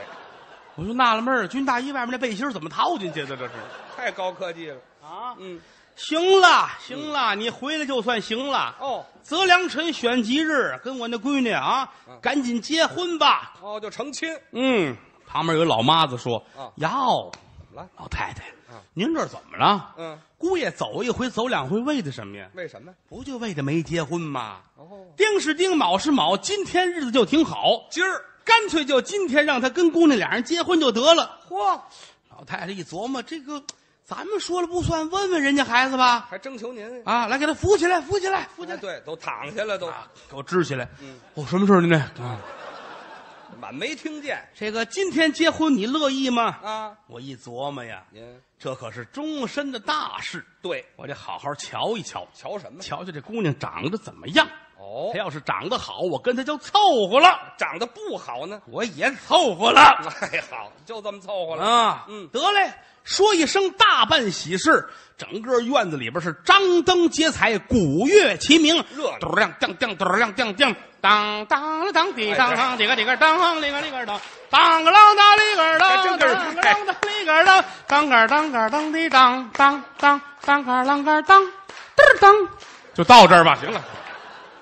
S1: 我就纳了闷儿，军大衣外面那背心儿怎么套进去的？这是
S2: 太高科技了。
S1: 啊！
S2: 嗯，
S1: 行了行了，你回来就算行了。
S2: 哦
S1: 择良辰选吉日，跟我那闺女啊，
S2: 嗯
S1: 赶紧结婚吧。
S2: 哦，就成亲，
S1: 嗯，旁边有个老妈子说
S2: 啊：“
S1: 哟，
S2: 怎么了？
S1: 老太太
S2: 啊，
S1: 您这怎么了？
S2: 嗯，
S1: 姑爷走一回，走两回，为的什么呀？
S2: 为什么？
S1: 不就为的没结婚吗？
S2: 哦，
S1: 丁是丁，卯是卯，今天日子就挺好，
S2: 今儿
S1: 干脆就今天让他跟姑娘俩人结婚就得了。”
S2: 嚯，
S1: 老太太一琢磨，这个咱们说了不算，问问人家孩子吧。
S2: 还征求您。
S1: 啊，来给他扶起来，扶起来，扶起
S2: 哎，
S1: 来，
S2: 对，都躺下了，都
S1: 啊，给我支起来。
S2: 嗯
S1: 哦，什么事儿您这？啊，
S2: 满没听见
S1: 这个今天结婚你乐意吗？
S2: 啊。
S1: 我一琢磨呀，
S2: 您
S1: 这可是终身的大事，
S2: 对，
S1: 我得好好瞧一瞧，
S2: 瞧什么？
S1: 瞧瞧这姑娘长得怎么样。
S2: 哦
S1: 她，要是长得好，我跟她就凑合了，
S2: 长得不好呢。
S1: 我也凑合了
S2: 哎，好，就这么凑合了。
S1: 啊。
S2: 嗯
S1: 得嘞，说一声大办喜事，整个院子里边是张灯结彩，鼓乐齐鸣，
S2: 热闹
S1: 嘟儿亮当当，嘟儿亮当当，当当了当滴当当，滴个滴个当，里个里个当，当个啷当里个当，当个啷当里个当，当个当个当滴当当当，当个啷个当，嘚当，就到这儿吧，行了，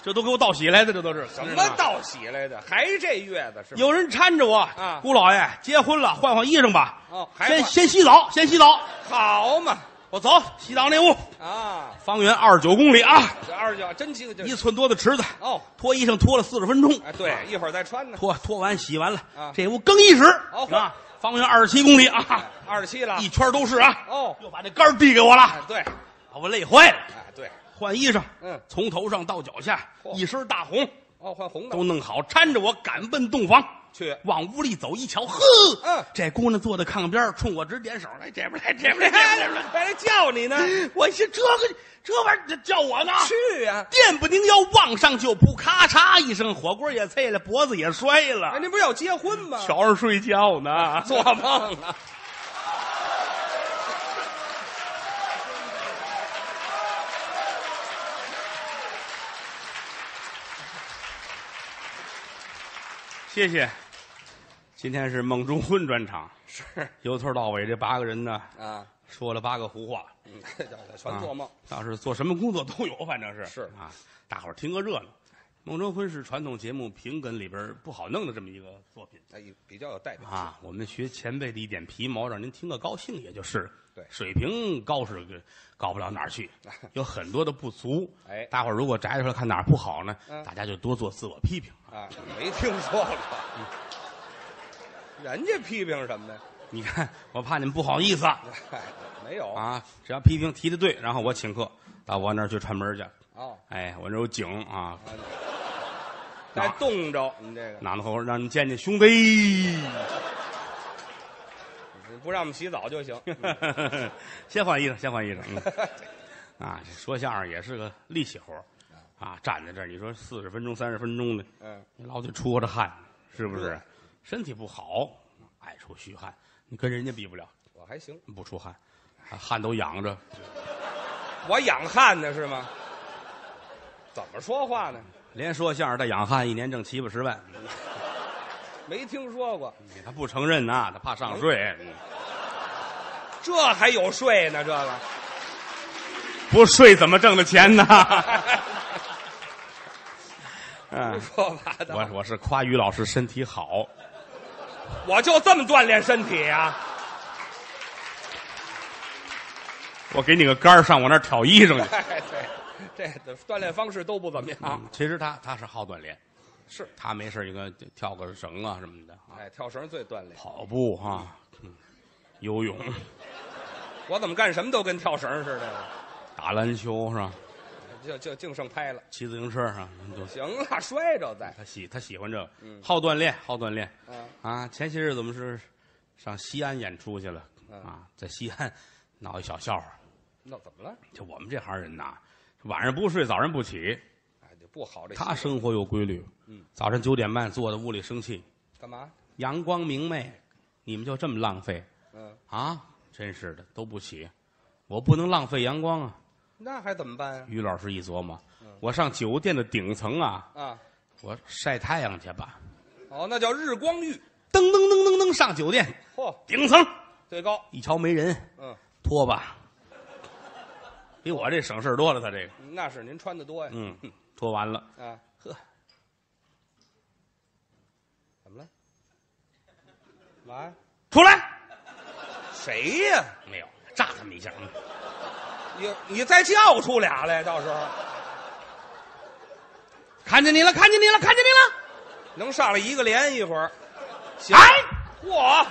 S1: 这都给我道喜来的，这都是
S2: 什么道喜来的？还这月子是吗？
S1: 有人搀着我
S2: 啊
S1: 姑老爷结婚了，换换衣裳吧。
S2: 哦还
S1: 先
S2: 换
S1: 先洗澡，先洗澡。
S2: 好嘛
S1: 我走，洗澡那屋，
S2: 啊！
S1: 方圆二十九公里啊，
S2: 这二舅真精
S1: 一啊
S2: 神
S1: 寸多的池子，
S2: 哦。
S1: 脱衣裳脱了四十分钟。
S2: 哎，对，一会儿再穿呢。
S1: 脱脱完洗完了，
S2: 啊
S1: 这屋更衣室
S2: 哦
S1: 啊，方圆二十七公里啊，
S2: 二十七了。
S1: 一圈都是啊。
S2: 哎哦，
S1: 又把那杆儿递给我了，
S2: 哎，对，
S1: 把我累坏了。
S2: 哎，对，
S1: 换衣裳，
S2: 嗯
S1: 从头上到脚下，
S2: 嚯
S1: 一身大红
S2: 哦，换红的
S1: 都弄好，搀着我赶奔洞房。
S2: 去。
S1: 往屋里走一瞧，呵，
S2: 嗯
S1: 这姑娘坐在炕边儿，冲我直点手，来这边来，这边来，这边来
S2: 哎， 还来叫你 呢，
S1: 我寻这个这玩意儿叫我呢，
S2: 去呀！
S1: 电不宁腰往上就扑，咔嚓一声，火锅也碎了，脖子也摔
S2: 哎，
S1: 了，
S2: 您不是要结婚吗？
S1: 瞧着睡觉呢，
S2: 做梦啊！
S1: 谢谢。今天是梦中婚专场，
S2: 是
S1: 由头到尾这八个人呢，
S2: 啊，
S1: 说了八个胡话，
S2: 嗯， 这叫
S1: 啊
S2: 全做梦。
S1: 倒是做什么工作都有，反正是
S2: 是
S1: 啊，大伙儿听个热闹。梦中婚是传统节目评梗里边儿不好弄的这么一个作品。
S2: 哎，比较有代表。
S1: 啊，我们学前辈的一点皮毛，让您听个高兴，也就是了
S2: 对
S1: 水平高是个高不了哪儿 去，有很多的不足。
S2: 哎
S1: 大伙儿如果摘出来看哪儿不好呢，
S2: 嗯
S1: 大家就多做自我批评。
S2: 啊，没听说过。人家批评什么呀？
S1: 你看，我怕你们不好意思啊
S2: 哎没有
S1: 啊，只要批评提的对，然后我请客到我那儿去串门儿去。
S2: 哦，
S1: 哎，我那儿有井啊，
S2: 嗯 再冻着你这个，
S1: 哪能后让你见见兄弟。
S2: 你不让我们洗澡就行。
S1: 先换衣裳，先换衣裳。嗯啊，这说相声也是个力气活儿啊，站在这儿，你说四十分钟、三十分钟的，
S2: 嗯，
S1: 你老得出着汗，是不是
S2: 对？
S1: 身体不好，爱出虚汗，你跟人家比不了，
S2: 我还行，
S1: 不出汗，啊汗都养着。
S2: 我养汉呢是吗？怎么说话呢？
S1: 连说相声带养汗，一年挣七八十万，
S2: 没听说过，
S1: 他不承认呐、他怕上税，
S2: 这还有税呢？这个，
S1: 不税怎么挣的钱呢？
S2: 胡
S1: 嗯，
S2: 说八道。
S1: 我我是夸于老师身体好，
S2: 我就这么锻炼身体啊！
S1: 我给你个杆儿上我那儿挑衣裳去。
S2: 哎，对，这的锻炼方式都不怎么样。
S1: 嗯，其实他他是好锻炼，
S2: 是，
S1: 他没事儿一个跳个绳啊什么的啊，
S2: 哎，跳绳最锻炼。
S1: 跑步啊，嗯，游泳、
S2: 嗯我怎么干什么都跟跳绳似的，
S1: 打篮球是吧？
S2: 就就净剩拍了。
S1: 骑自行车啊，都
S2: 行了，摔着再。
S1: 他喜他喜欢这个，好锻炼，好锻炼
S2: 嗯，
S1: 啊！前些日子我们是上西安演出去了
S2: 嗯
S1: 啊，在西安闹一小笑话，
S2: 那怎么了？
S1: 就我们这行人呐，晚上不睡，早上不起，
S2: 哎，就不好这习惯
S1: 他生活有规律。
S2: 嗯，
S1: 早晨九点半坐在屋里生气，
S2: 干嘛？
S1: 阳光明媚，你们就这么浪费
S2: 嗯，
S1: 啊？真是的，都不起，我不能浪费阳光啊！
S2: 那还怎么办呀？
S1: 于老师一琢磨，我上酒店的顶层啊，
S2: 啊，
S1: 我晒太阳去吧。
S2: 哦，那叫日光浴。
S1: 噔噔噔噔噔，上酒店
S2: 嚯、
S1: 顶层，
S2: 最高。
S1: 一瞧没人，
S2: 嗯，
S1: 脱吧，比我这省事儿多了。他这个，
S2: 那是您穿的多呀。
S1: 嗯，脱完了，
S2: 啊，
S1: 呵，
S2: 怎么了？嘛呀？
S1: 出来
S2: 谁呀、
S1: 没有？炸他们一下，嗯
S2: 你你再叫出俩来，到时候
S1: 看见你了，看见你了，看见你
S2: 能上来一个连一会儿。
S1: 了！哎，
S2: 嚯，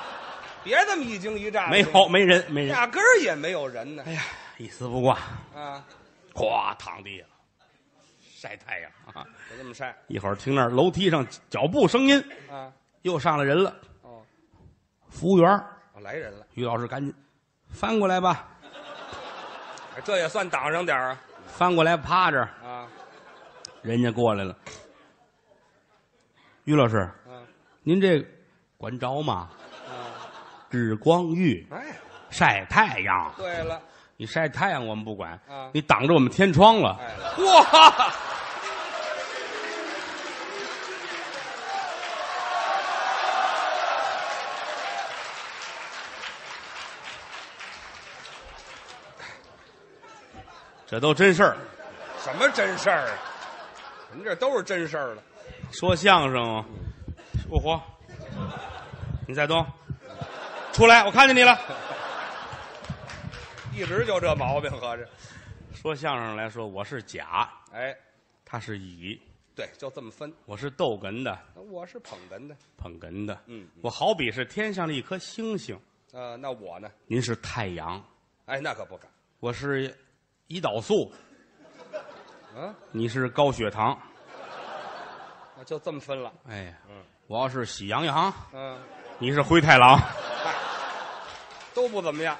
S2: 别这么一惊一乍的，
S1: 没有，没人，没人。
S2: 压根儿也没有人呢
S1: 哎。呀，一丝不挂，
S2: 啊，
S1: 咵躺地下了，晒太阳啊！
S2: 就这么晒
S1: 一会儿听那儿楼梯上脚步声音，
S2: 啊。
S1: 又上来人了，
S2: 哦，
S1: 服务员儿。
S2: 哦来人了，
S1: 于老师赶紧翻过来吧，
S2: 哎这也算挡上点儿啊
S1: 翻过来趴这儿，
S2: 啊
S1: 人家过来了。于老师，
S2: 啊
S1: 您这管着吗？
S2: 啊！
S1: 日光浴
S2: 哎，
S1: 晒太阳，
S2: 对了，
S1: 你晒太阳我们不管
S2: 啊，
S1: 你挡着我们天窗了。
S2: 哎，哇！
S1: 这都真事儿。
S2: 什么真事儿啊？您这都是真事儿了。
S1: 说相声，啊我活。你在东，出来，我看见你了。
S2: 一直就这毛病，合着。
S1: 说相声来说，我是甲，
S2: 哎，
S1: 他是乙，
S2: 对，就这么分。
S1: 我是逗哏的，
S2: 那我是捧哏的，
S1: 捧哏的。
S2: 嗯，
S1: 我好比是天上的一颗星星，
S2: 呃，那我呢？
S1: 您是太阳，
S2: 哎，那可不敢。
S1: 我是胰岛素，
S2: 嗯，
S1: 你是高血糖。
S2: 那就这么分了。
S1: 哎呀，
S2: 嗯
S1: 我要是喜羊羊，
S2: 嗯，
S1: 你是灰太狼；
S2: 都不怎么样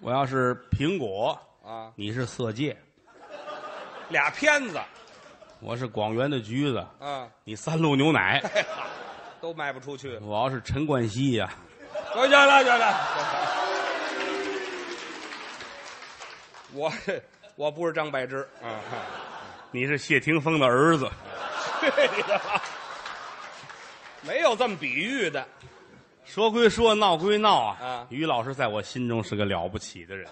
S1: 我要是苹果，
S2: 啊。
S1: 你是色戒；
S2: 俩片子
S1: 我是广元的橘子，
S2: 啊，
S1: 你三鹿牛奶；
S2: 哎呀，都卖不出去了。
S1: 我要是陈冠希呀、
S2: 行了，行了。 我我不是张柏芝啊，
S1: 你是谢霆锋的儿子。
S2: 去你的吧！ 没有这么比喻的。
S1: 说归说，闹归闹啊，
S2: 啊
S1: 于老师在我心中是个了不起的人。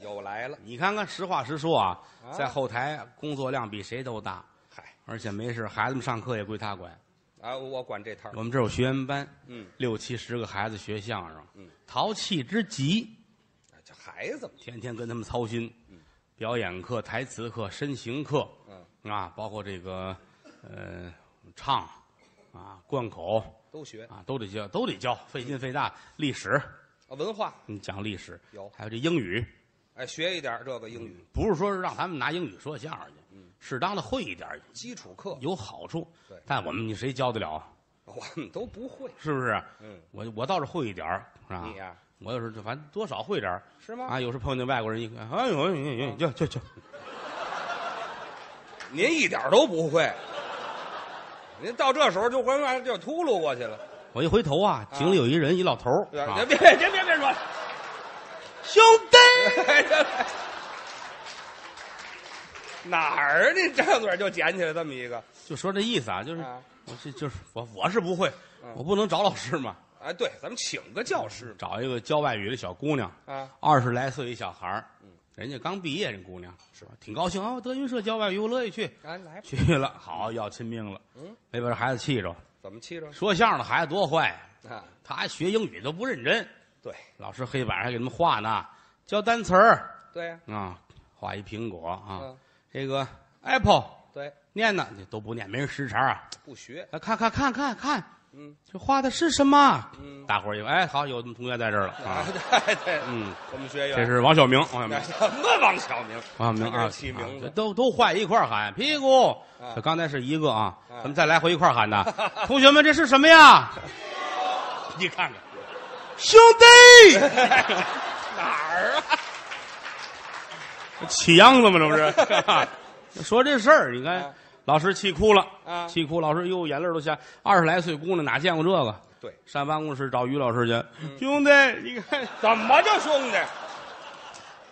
S2: 又来了，
S1: 你看看，实话实说啊，
S2: 啊
S1: 在后台工作量比谁都大，
S2: 嗨
S1: 而且没事，孩子们上课也归他管。
S2: 啊，我管这摊儿。
S1: 我们这儿有学员班，
S2: 嗯，
S1: 六七十个孩子学相声，
S2: 嗯，
S1: 淘气之极，
S2: 哎这孩子嘛，
S1: 天天跟他们操心，表演课、台词课、身形课，
S2: 嗯，
S1: 啊，包括这个，呃，唱，啊，贯口，
S2: 都学
S1: 啊，都得教，都得教，费劲费大。历史，
S2: 啊文化，
S1: 你讲历史
S2: 有
S1: 还有这英语，
S2: 哎，学一点这个英语
S1: 不是说是让他们拿英语说相声去，适当的会一点
S2: 基础课，
S1: 有好处
S2: 嗯对。
S1: 但我们你谁教得了？
S2: 我们都不会。
S1: 是不是？
S2: 嗯，
S1: 我我倒是会一点儿，是吧？
S2: 你呀、
S1: 我有时候就反正多少会点儿
S2: 是吗？嗯
S1: 啊。有时候碰见外国人一看，哎呦，哎呦，哎呦，就就就，
S2: 您一点都不会，您到这时候就回来就秃噜过去了。
S1: 我一回头啊，井里有一人，一老头儿
S2: 对吧
S1: 啊
S2: 别，别别别别说 了，
S1: 兄弟，
S2: 哎这哪儿你张嘴就捡起来这么一个
S1: 就说这意思啊，就是
S2: 啊
S1: 我这就是我我是不会
S2: 嗯，
S1: 我不能找老师嘛，
S2: 啊？对，咱们请个教师
S1: 找一个教外语的小姑娘，
S2: 啊，
S1: 二十来岁一小孩儿，
S2: 嗯
S1: 人家刚毕业，人姑娘是吧？挺高兴啊，德云社教外语，我乐意去。
S2: 来来吧，
S1: 去了，好要亲命了，
S2: 嗯，
S1: 没把这孩子气着。
S2: 怎么气着
S1: 说相声的孩子多坏啊，
S2: 啊？
S1: 他学英语都不认真，
S2: 对
S1: 老师黑板上还给他们画呢，教单词儿
S2: 对呀、
S1: 啊，画一苹果啊，
S2: 嗯
S1: 这个 apple
S2: 对，
S1: 念呢，这都不念，没人识茬啊。
S2: 不学，
S1: 啊看看看看看，
S2: 嗯
S1: 这画的是什么？
S2: 嗯
S1: 大伙儿一哎，好，有同学在这儿了啊。
S2: 对对，
S1: 嗯，
S2: 我们学员
S1: 这是王晓明，王晓明
S2: 那，什么王晓明？
S1: 王晓明
S2: 他
S1: 啊，
S2: 这起名字
S1: 啊都都坏一块儿喊屁股。
S2: 啊
S1: 这刚才是一个啊，
S2: 啊
S1: 咱们再来回一块儿喊的。同学们，这是什么呀？你看看，兄弟，
S2: 哪儿啊？
S1: 起秧子嘛，这不是？说这事儿，你看
S2: 啊，
S1: 老师气哭了，
S2: 啊
S1: 气哭，老师哟，眼泪都下。二十来岁姑娘哪见过这个？
S2: 对，
S1: 上办公室找于老师去，
S2: 嗯
S1: 兄弟，你看
S2: 怎么就兄弟？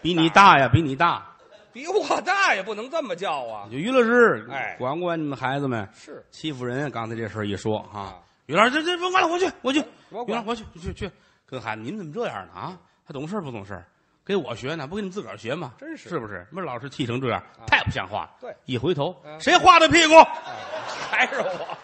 S1: 比你大呀，比你大。
S2: 比我大也不能这么叫啊！
S1: 就于老师，
S2: 哎
S1: 管管你们孩子们
S2: 是
S1: 欺负人。刚才这事儿一说啊
S2: 啊，
S1: 于老师，这这甭管了，我去，我去，
S2: 我管
S1: 于老师我去去去，跟孩子，你们怎么这样呢？啊，还懂事儿不懂事儿？给我学呢，不给你们自个儿学吗？
S2: 真是啊
S1: 是不是？把老师气成这样，太不像话了。
S2: 对
S1: 一回头，
S2: 嗯
S1: 谁画的屁股？
S2: 哎还是我，